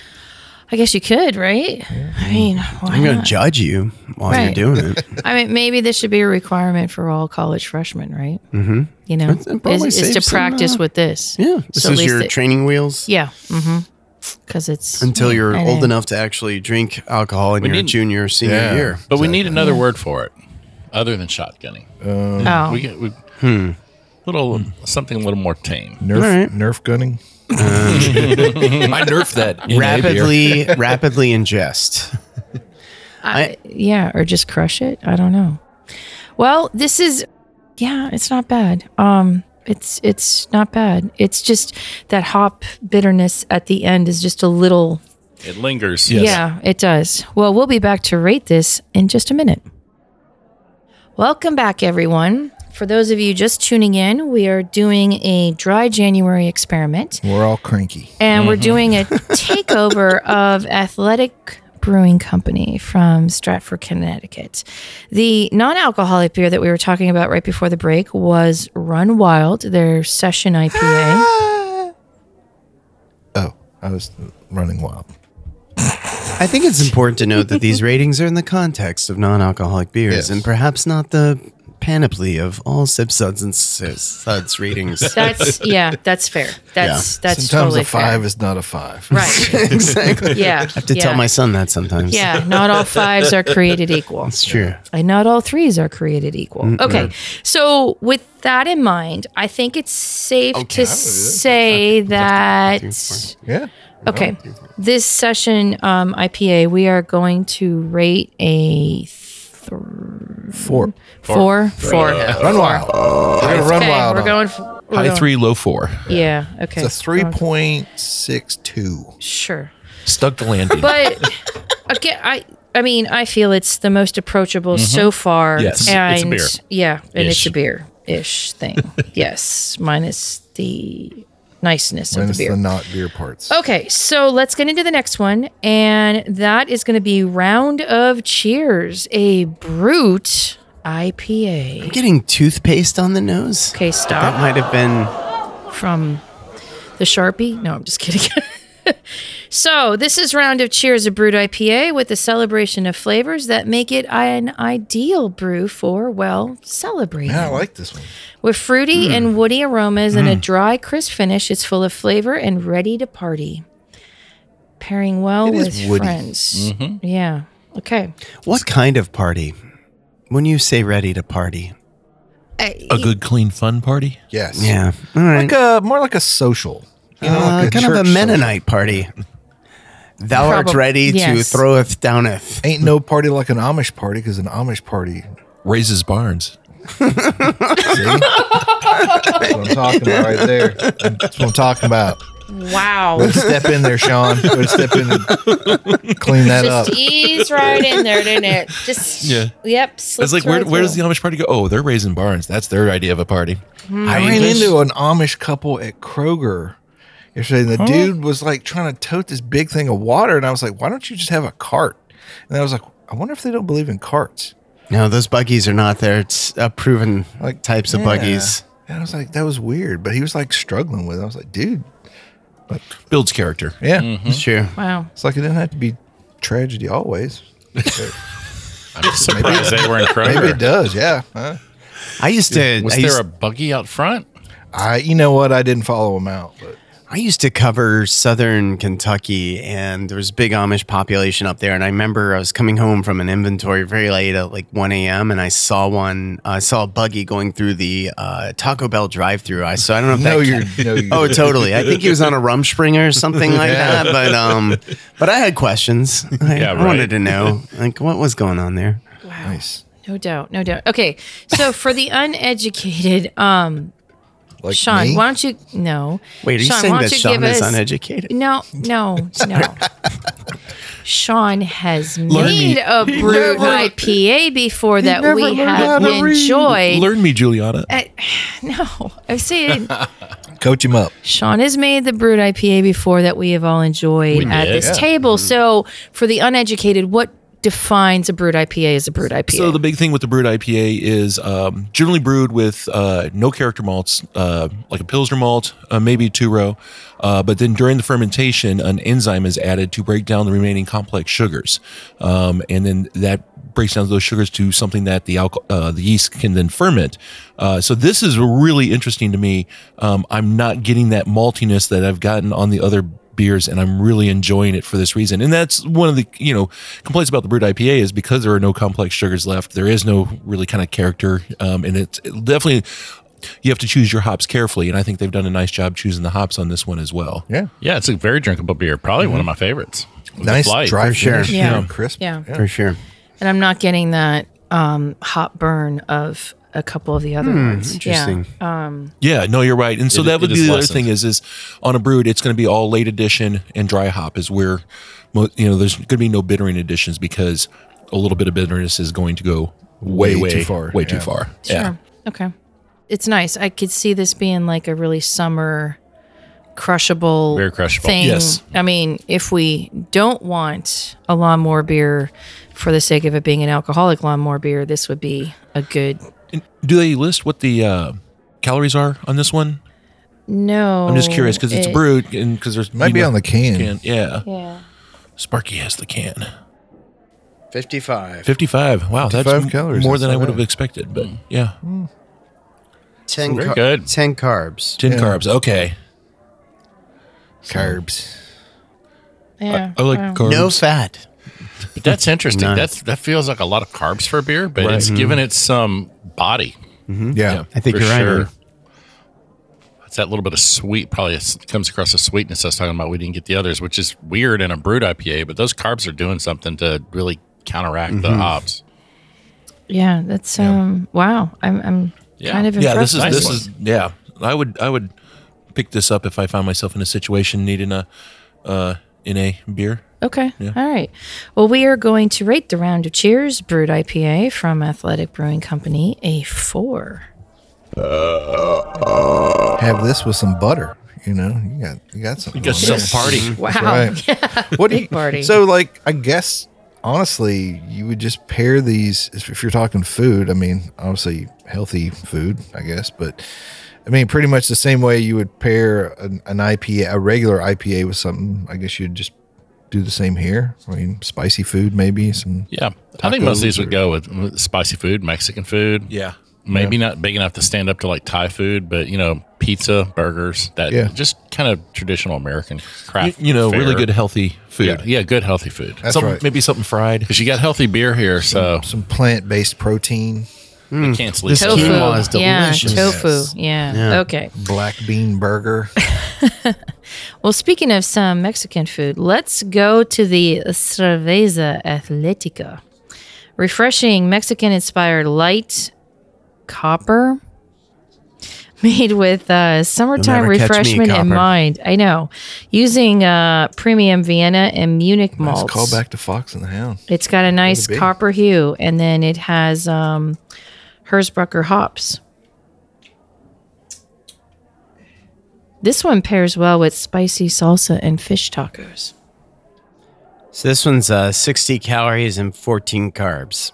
I guess you could, right? I mean, why
I'm gonna
not?
judge you while
Right.
you're doing it.
I mean, maybe this should be a requirement for all college freshmen, right? Mm-hmm. You know,
That's- that probably
is, is to
saves some,
practice
uh,
with this.
Yeah, this
So at
is
least
your
it-
training wheels
Yeah. Mm-hmm. Because it's
until you're
I
old
know.
enough to actually drink alcohol in your
need-
junior or senior
Yeah.
year.
But we need another word for it, other than shotgunning.
Oh,
We get we
Hmm.
little something a little more tame.
Nerf,
All right.
Nerf gunning?
I nerf that in a beer.
Rapidly, rapidly ingest.
I- yeah, or just crush it. I don't know. Well, this is yeah, it's not bad. Um, it's it's not bad. It's just that hop bitterness at the end is just a little.
It lingers.
Yeah, it does. Well, we'll be back to rate this in just a minute. Welcome back, everyone. For those of you just tuning in, we are doing a dry January experiment.
We're all cranky.
and we're doing a takeover of Athletic Brewing Company from Stratford, Connecticut. The non alcoholic beer that we were talking about right before the break was Run Wild, their session IPA.
Oh, I was running wild.
I think it's important to note that these ratings are in the context of non-alcoholic beers
Yes.
and perhaps not the panoply of all sip suds and si- suds ratings.
that's, yeah, that's fair. That's, that's
Sometimes
totally
a five
fair.
is not a five.
Right.
exactly.
Yeah.
I have to tell my son that sometimes.
Yeah, not all fives are created equal.
it's true.
And not all threes are created equal. Okay. So, with that in mind, I think it's safe to say that.
Yeah.
Okay. This session um, IPA, we are going to rate a
Four.
four. Four.
Run wild. We're gonna run
Okay,
wild.
we're
on
going. For, we're
High
going-
three, low four.
Yeah. Okay.
it. It's a three point six two.
Sure.
Stuck the landing.
But again, I. I mean, I feel it's the most approachable so far.
Mm-hmm. Yes. It's
a- it's a
and
beer.
yeah, and it's
Ish.
a beer ish thing. yes, minus the niceness
Minus
of the
the,
beer.
not beer Oh. parts.
Okay, so let's get into the next one, and that is going to be round of cheers, a brute IPA.
Getting toothpaste on the nose.
Okay,
That
stop
might have been
from the sharpie. No, I'm just kidding. so this is round of cheers, a brute IPA with a celebration of flavors that make it an ideal brew for well celebrating.
Yeah, I like this one.
With fruity and woody aromas and a dry, crisp finish, it's full of flavor and ready to party. Pairing well
It is
with
woody.
friends. Yeah. Okay.
what kind of party? When you say ready to party.
a good, clean, fun party.
Yes. uh,
Yeah. All right.
Like a more like a social. You know,
Uh,
like a
kind of a
church
Mennonite party. Thou art
Probab-
ready
yes.
to throweth downeth.
Ain't no party like an Amish party because an Amish party.
Raises barns.
See? That's what I'm talking about right there. That's what I'm talking about.
Wow.
Way to step in there, Sean. Way to step in and clean that up.
Just ease right in there, didn't it? Just
Yeah.
Yep.
It's like, where, where does the Amish party go? Oh, they're raising barns. That's their idea of a party.
I ran into an Amish couple at Kroger yesterday, and the dude was like trying to tote this big thing of water, and I was like, "Why don't you just have a cart?" And I was like, "I wonder if they don't believe in carts."
No, those buggies are not there. It's uh, proven like types of
Yeah.
buggies.
And I was like, "That was weird," but he was like struggling with. it. I was like, "Dude,
Builds character.
yeah,
It's true.
Wow.
it's like it didn't have to be tragedy always."
I'm just surprised they were in
Maybe it
Kroger.
does, yeah. Huh?
I used to.
Was
I
there
used,
a buggy out front?
I, you know what? I didn't follow him out, but
I used to cover southern Kentucky, and there was a big Amish population up there. And I remember I was coming home from an inventory very late at like 1 a.m., and I saw one. I saw a buggy going through the uh, Taco Bell drive-through. I so I don't know if
no,
that
you're no, you're
Oh, totally. I think he was on a rumspringer or something like that. But um, but I had questions. I,
Yeah,
I
right.
wanted to know like what was going on there.
nice.
No doubt. No doubt. Okay. So for the uneducated, um,
Like
Sean,
me?
why don't you no?
Wait, are you
Sean,
saying
why don't
that
you
Sean
give
is
us-
uneducated?
No, no, no. Sean has
me.
made a brewed IPA before that we have enjoyed.
Learn me, Juliana.
No, I'm saying
coach him up.
Sean has made the brewed IPA before that we have all enjoyed
We
at
did,
this
yeah.
table. So for the uneducated, what defines a brewed IPA as a brewed IPA?
So the big thing with the brewed IPA is um, generally brewed with uh, no character malts, uh, like a pilsner malt, uh, maybe two row. Uh, but then during the fermentation, an enzyme is added to break down the remaining complex sugars, um, and then that breaks down those sugars to something that the alcohol, uh, the yeast can then ferment. Uh, so this is really interesting to me. Um, I'm not getting that maltiness that I've gotten on the other beers and I'm really enjoying it for this reason. And that's one of the, you know, complaints about the brewed IPA is because there are no complex sugars left, there is no really kind of character. Um, and it's it definitely, you have to choose your hops carefully. And I think they've done a nice job choosing the hops on this one as well.
Yeah,
Yeah, it's a very drinkable beer. Probably one of my favorites. With the
nice
flight.
dry finish,
sure.
Yeah.
and crisp.
yeah.
For sure.
And I'm not getting that um, hot burn of a couple of the other
Hmm,
ones.
Interesting.
Yeah.
Yeah, no, you're right. And so
It-
that would
it
be
is
the
lessened.
other thing is, is on a brewed, it's going to be all late addition and dry hop is where, mo- you know, there's going to be no bittering additions because a little bit of bitterness is going to go way, way,
Way too
too
far.
far. Way too
Yeah.
far.
Sure. Okay. It's nice. I could see this being like a really summer crushable,
Very crushable.
thing.
Yes.
I mean, if we don't want a lawnmower beer for the sake of it being an alcoholic lawnmower beer, this would be a good
And do they list what the uh, calories are on this one?
no.
I'm just curious because it's
Oh, it-
brewed and because there's
Might
you
be
know,
on the can.
can. Yeah.
Yeah.
Sparky has the can.
Uh, 55.
55. Wow,
55
that's m-
calories,
more
that's
than
not
I would have
bad.
expected.
Mm.
But yeah,
10,
Very
car-
good.
10 carbs.
tin carbs. Okay,
Carbs.
Yeah.
I like
wow.
carbs.
No fat.
But that's interesting.
Nice.
That's that feels like a lot of carbs for a beer, but it's giving it some body.
Yeah.
I think
for
you're right.
It's that little bit of sweet, probably s- comes across the sweetness I was talking about. We didn't get the others, which is weird in a brewed IPA, but those carbs are doing something to really counteract the hops.
Yeah, that's um wow. I'm I'm
Yeah.
kind of
Yeah,
impressed.
this is
by
Nice
this
one.
is yeah. I would I would pick this up if I found myself in a situation needing a uh, in a beer.
Okay. All right. Well, we are going to rate the round of cheers brewed IPA from Athletic Brewing Company a four.
Have this with some butter. You know, you got you got something.
Got
on
some
there.
party.
Wow.
right. What do you,
party.
So, like, I guess honestly, you would just pair these if, if you're talking food. I mean, obviously healthy food, I guess, but I mean, pretty much the same way you would pair an, an IPA, a regular IPA, with something. I guess you'd just do the same here. I mean, spicy food, maybe some.
Yeah. I think most of these
Tacos or-
would go with- with spicy food, Mexican food.
Yeah,
Maybe not big enough to stand up to like Thai food, but you know, pizza, burgers, that
Yeah.
just kind of traditional American
you,
craft.
you know, really
fare.
good healthy food.
Yeah, yeah, good healthy food.
That's Mm-hmm.
Something-
right.
Maybe something fried.
Because you got healthy beer here, so
Some plant based protein,
we can't sleep.
this
on
Tofu.
it.
quinoa is
yeah.
delicious.
Tofu. Yeah. Okay.
black bean burger.
Well, speaking of some Mexican food, let's go to the Cerveza Atletica. Refreshing Mexican inspired light copper made with uh, summertime
never catch me,
refreshment in
copper.
mind. I know. Using uh, premium Vienna and Munich malts.
Let's call back to Fox and the Hound.
It's got a nice
big.
copper hue, and then it has um, Herzbrucker hops. This one pairs well with spicy salsa and fish tacos.
So this one's uh, 60 calories and 14 carbs.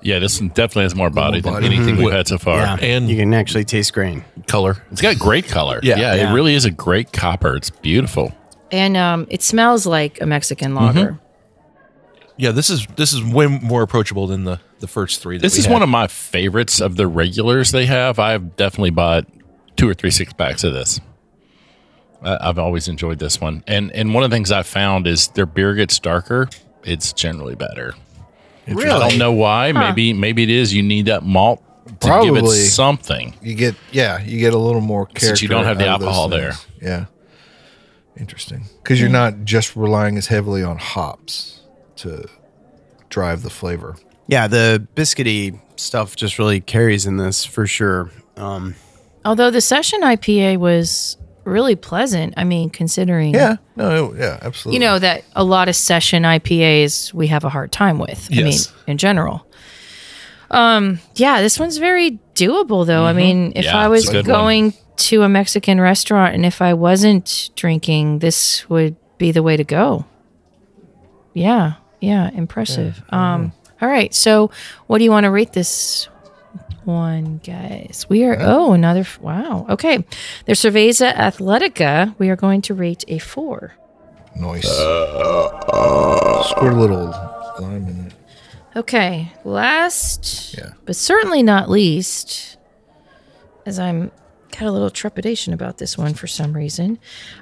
Yeah, this one definitely has more body than anything we've had so far.
And-
you can actually taste grain.
Color.
It's got great color.
Yeah.
yeah,
Yeah.
it really is a great copper. It's beautiful.
And um, it smells like a Mexican
Mm-hmm.
lager.
Yeah, this is this is way more approachable than the the first three. That
This is one of my favorites of the regulars they have. I've definitely bought two or three six packs of this. I, I've always enjoyed this one, and and one of the things I found is their beer gets darker. It's generally better. Really? I don't know why. Maybe maybe it is. You need that malt to give it
Probably.
something.
You get yeah, you get a little more character.
Since you don't have the
out of those
alcohol
things. Yeah. Interesting. Because you're not just relying as heavily on hops to drive the flavor.
Yeah, the biscuity stuff just really carries in this for sure. Um,
Although the session IPA was really pleasant. I mean, considering
Yeah. No, it- yeah, absolutely.
you know that a lot of session IPAs we have a hard time with. I
Yes.
mean, in general. Um, yeah, this one's very doable though. I mean, if
Yeah,
I
it's
was
a good one.
going to a Mexican restaurant and if I wasn't drinking, this would be the way to go. Yeah. Yeah, impressive. Um, all right. So, what do you want to rate this one, guys. We are oh another f- wow. Okay, their Cerveza Athletica. We are going to rate a four.
noise. Squirt a little lime in it.
Okay, last
Yeah.
but certainly not least, as I'm got a little trepidation about this one for some reason.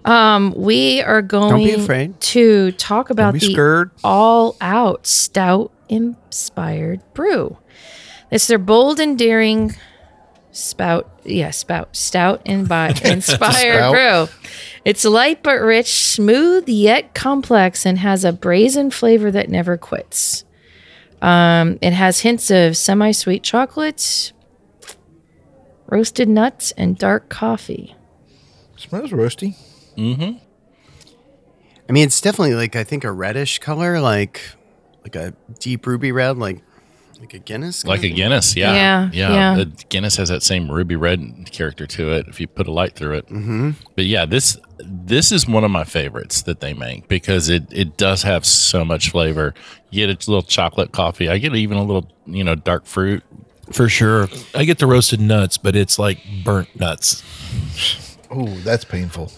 Um, we are going
afraid.
to talk about
be
the
scared.
all out stout inspired brew. It's their bold and daring spout, yeah, spout, stout and by inspired
Spout.
brew. It's light but rich, smooth yet complex, and has a brazen flavor that never quits. Um, it has hints of semi sweet chocolate, roasted nuts, and dark coffee.
Smells roasty.
I mean, it's definitely like I think a reddish color, like like a deep ruby red, like like a Guinness.
Like a
kinda?
Guinness, yeah,
Yeah, yeah.
The Guinness has that same ruby red character to it if you put a light through it. Mm-hmm. But yeah, this this is one of my favorites that they make because it it does have so much flavor. You get a little chocolate coffee. I get even a little you know dark fruit.
for sure. I get the roasted nuts, but it's like burnt nuts.
Oh, that's painful.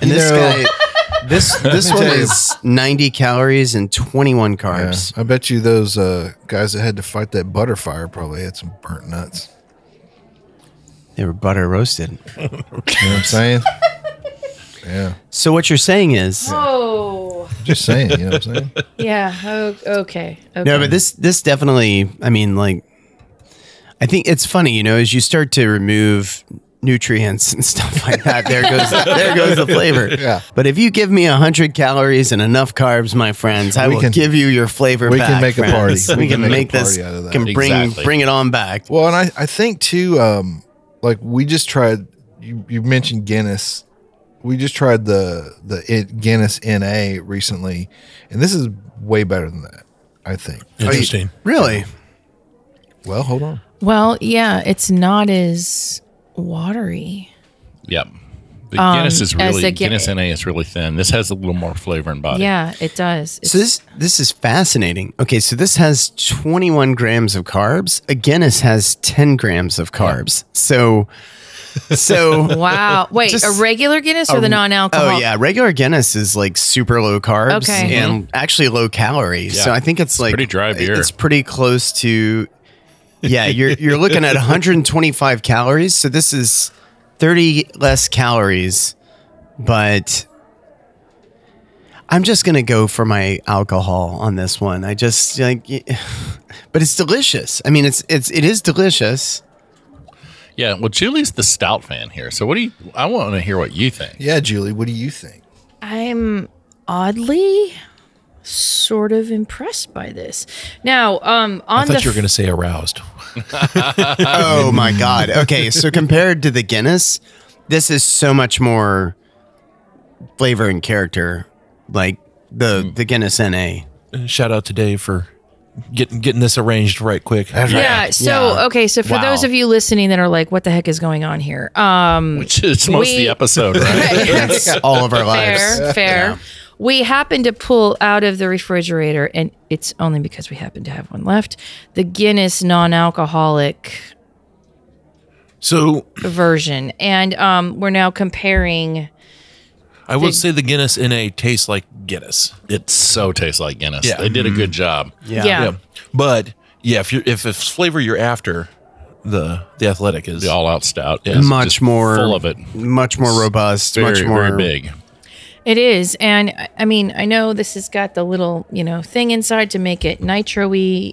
And
You
this
know-
guy, this this one is 90 calories and 21
Yeah,
carbs.
I bet you those uh, guys that had to fight that butter fire probably had some burnt nuts.
They were butter roasted.
You know what I'm saying? yeah.
So what you're saying is
Oh,
Just saying. You know what I'm saying?
yeah. Oh, okay. okay.
No, but this this definitely. I mean, like, I think it's funny, you know, as you start to remove nutrients and stuff like that. There goes there goes the flavor.
Yeah.
But if you give me hundred calories and enough carbs, my friends, I
We
will
can-
give you your flavor.
we
back,
can make a
friends.
party.
We, can, make,
a
this.
party out of that.
Can bring
Exactly.
bring it on back.
Well, and I, I think too, um, like we just tried. You, you mentioned Guinness. We just tried the the it, Guinness NA recently, and this is way better than that. I think.
Interesting.
Really?
Well, hold on.
Well, yeah, it's not as watery.
Yep. The Guinness is
Um, as
really
the Gu-
Guinness NA is really thin. This has a little more flavor and body.
Yeah, it does.
So this this is fascinating. Okay, so this has 21 grams of carbs. A Guinness has 10 grams of carbs. So, so
wow. Wait,
Just-
a regular Guinness or the non-alcohol?
Oh yeah, regular Guinness is like super low carbs
Okay.
and actually low calories. So
Yeah.
I think it's, like
pretty dry beer.
It's pretty close to yeah. You're you're looking at 125 calories. So this is 30 less calories, but I'm just gonna go for my alcohol on this one. I just like, but it's delicious. I mean, it's it's it is delicious.
Yeah, well, Julie's the stout fan here. So what do you? I want to hear what you think.
Yeah, Julie, what do you think?
I'm oddly sort of impressed by this. Now, um, on
I thought
the
you were going to say aroused.
Oh my god. Okay, so compared to the Guinness, this is so much more flavor and character. Like
Hmm.
the the Guinness NA.
Shout out to Dave for getting getting this arranged right quick.
yeah. So
Yeah.
okay. So for
Wow.
those of you listening that are like, "What the heck is going on here?" Um,
Which is most of
We-
the episode, right?
That's all of our lives.
fair, fair. We happen to pull out of the refrigerator, and it's only because we happen to have one left. The Guinness non-alcoholic
So
version, and um, we're now comparing.
I would say the Guinness NA tastes like Guinness.
it so tastes like Guinness.
Yeah.
They did a good job.
Yeah.
Yeah. But yeah, if you if it's flavor you're after, the the athletic is
The all out stout. Yeah,
Much more
full of it.
Much more robust,
Very,
much more
very big.
It is, and I- I mean, I know this has got the little you know thing inside to make it nitro-y.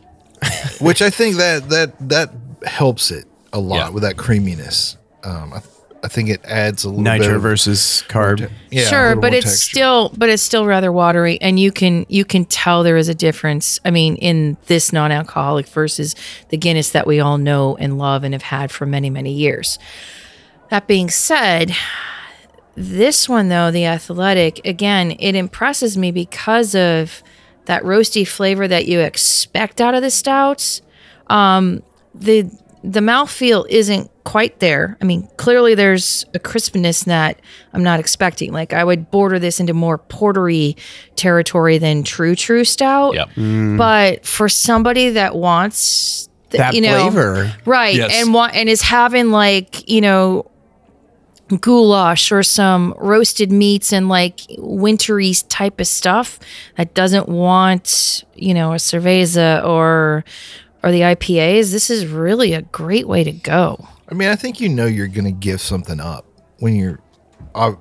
Which I think that that that helps it a lot
Yeah.
with that creaminess. Um, I, I think it adds a little bit
nitro
of-
versus carb.
Yeah, a
sure,
little
but
more
it's
texture.
still but it's still rather watery, and you can you can tell there is a difference. I mean, in this non-alcoholic versus the Guinness that we all know and love and have had for many many years. That being said, this one though, the athletic, again, it impresses me because of that roasty flavor that you expect out of the stouts. Um, the the mouthfeel isn't quite there. I mean, clearly there's a crispness that I'm not expecting. Like I would border this into more portery territory than true true stout.
Yep.
But for somebody that wants th-
Mm. That
you know,
flavor.
right
Yes.
and wa- and is having like you know goulash or some roasted meats and like wintry type of stuff that doesn't want you know a cerveza or or the IPAs this is really a great way to go
I mean, I think you know you're going to give something up when you're uh,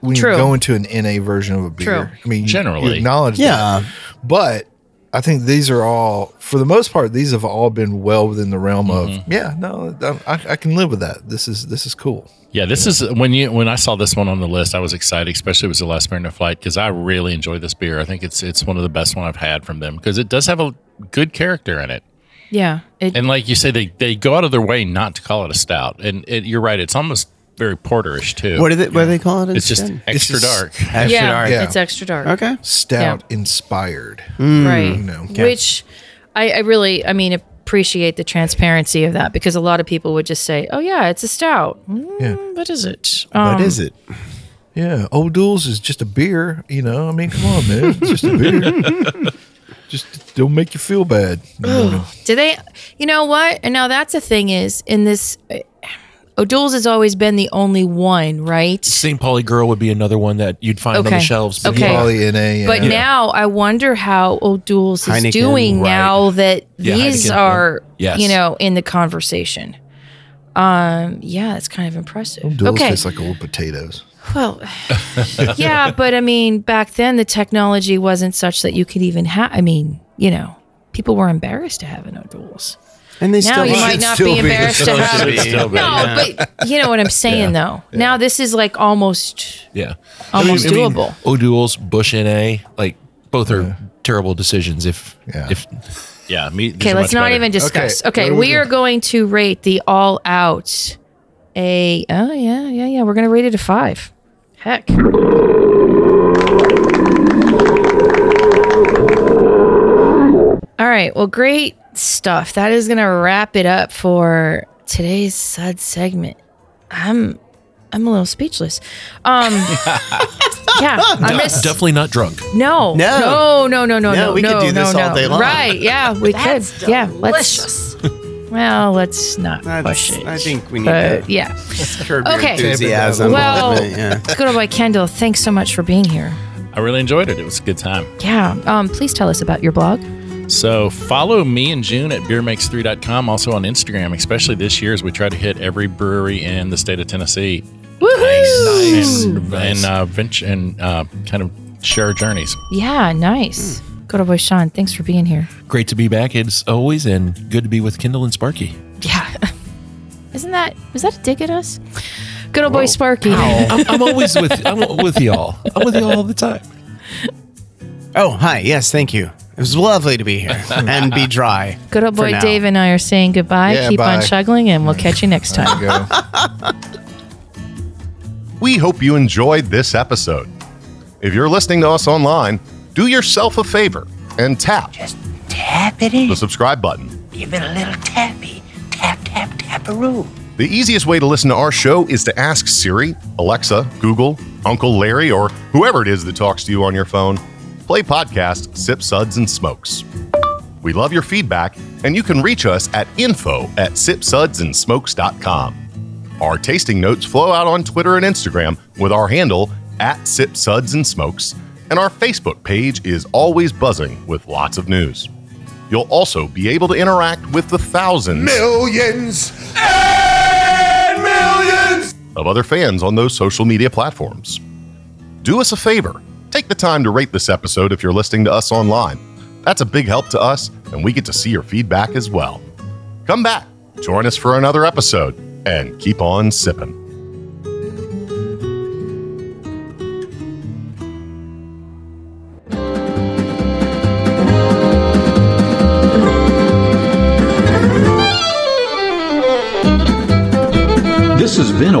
when
True.
you're going to an NA version of a beer.
True.
I mean, you,
Generally.
you acknowledge
Yeah.
that. But I think these are all, for the most part, these have all been well within the realm of yeah. No, I, I can live with that. This is this is cool.
Yeah, this is when you when I saw this one on the list, I was excited, especially it was the last Mariner flight because I really enjoy this beer. I think it's it's one of the best one I've had from them because it does have a good character in it.
yeah it,
And like you say, they they go out of their way not to call it a stout. And it, you're right, it's almost very porterish too.
What do they what do they call it?
it's just
instead?
extra
just-
dark.
Extra
yeah,
dark.
Yeah.
it's extra dark Mm.
Okay. Mm,
Stout inspired.
right
know.
which I, I really i mean appreciate the transparency of that because a lot of people would just say oh yeah it's a stout Mm,
Yeah.
what is it
What
Um,
is it?
Yeah, Old Duels is just a beer. You know, I mean, come on, man, it's just a beer. just don't make you feel bad. You know?
Do they? You know what? And now that's the thing is in this. O'Doul's has always been the only one, right?
St. Pauli Girl would be another one that you'd find on
Okay.
the shelves. but
Okay.
Probably NA.
But
yeah.
now I wonder how O'Doul's is
Heineken,
doing
right.
now that
Yeah,
these
Heineken, yeah.
are,
Yes.
you know, in the conversation. Um, yeah, it's kind of impressive.
Duels
okay.
tastes like old potatoes.
Well, yeah, but I mean, back then the technology wasn't such that you could even have. I mean, you know, people were embarrassed to have an O'Doul's.
And they
Now
still
you
like
might
it.
not
still
be
be-
embarrassed to
still
have
should still be.
No, but you know what I'm saying, though. Now this is like almost
Yeah.
Almost
I mean- I mean,
doable.
O'Doul's, Bush NA, like both are terrible decisions if
Yeah.
if
Yeah, me. these
okay.
are
Let's
much
not
better.
even discuss.
Okay,
Okay,
what do
we
we
are
do?
going to rate the all out a. Oh yeah, yeah, yeah. We're gonna rate it a five. Heck, All right. Well, great stuff. That is going to wrap it up for today's sud segment. I'm I'm a little speechless. Um Yeah, I'm just-
definitely not drunk.
no,
No.
no, no, no, no,
No,
no.
we could
no,
do this
no,
all
no.
day long.
Right? Yeah, we could.
That's
Yeah, let's.
delicious.
Well, let's not
That's-
push it.
I think we need
but,
to
yeah.
curb your
Okay.
enthusiasm. a
Well-
little bit, yeah.
Good old boy Kendall. Thanks so much for being here.
I really enjoyed it. It was a good time.
Yeah. Um, please tell us about your blog.
So follow me and June at beermakes3.com, also on Instagram, especially this year as we try to hit every brewery in the state of Tennessee
Woohoo!
and, and uh, venture and uh, kind of share our journeys.
Yeah, nice.
Hmm.
Good old boy Sean. Thanks for being here.
Great to be back. It's always and good to be with Kendall and Sparky.
Yeah. Isn't that was that a dig at us? Good old boy Sparky.
I'm, I'm always with I'm with y'all. I'm with y'all all the time.
Oh, hi. Yes, thank you. It was lovely to be here and be dry.
Good old
for
boy
now.
Dave and I are saying goodbye.
Yeah,
Keep on
bye.
chuggling, and we'll catch you next time.
Go.
We hope you enjoyed this episode. If you're listening to us online, do yourself a favor and tap
Tap it in.
the subscribe button.
Give it a little tappy. Tap, tap, taparoo.
The easiest way to listen to our show is to ask Siri, Alexa, Google, Uncle Larry, or whoever it is that talks to you on your phone. Play podcast, sip suds, and smokes. We love your feedback, and you can reach us at info at sipsudsandsmokes.com. Our tasting notes flow out on Twitter and Instagram with our handle at sipsudsandSmokes, and Smokes, and our Facebook page is always buzzing with lots of news. You'll also be able to interact with the thousands of other fans on those social media platforms. Do us a favor take the time to rate this episode if you're listening to us online. That's a big help to us, and we get to see your feedback as well. Come back, join us for another episode, and keep on sipping.
This has been a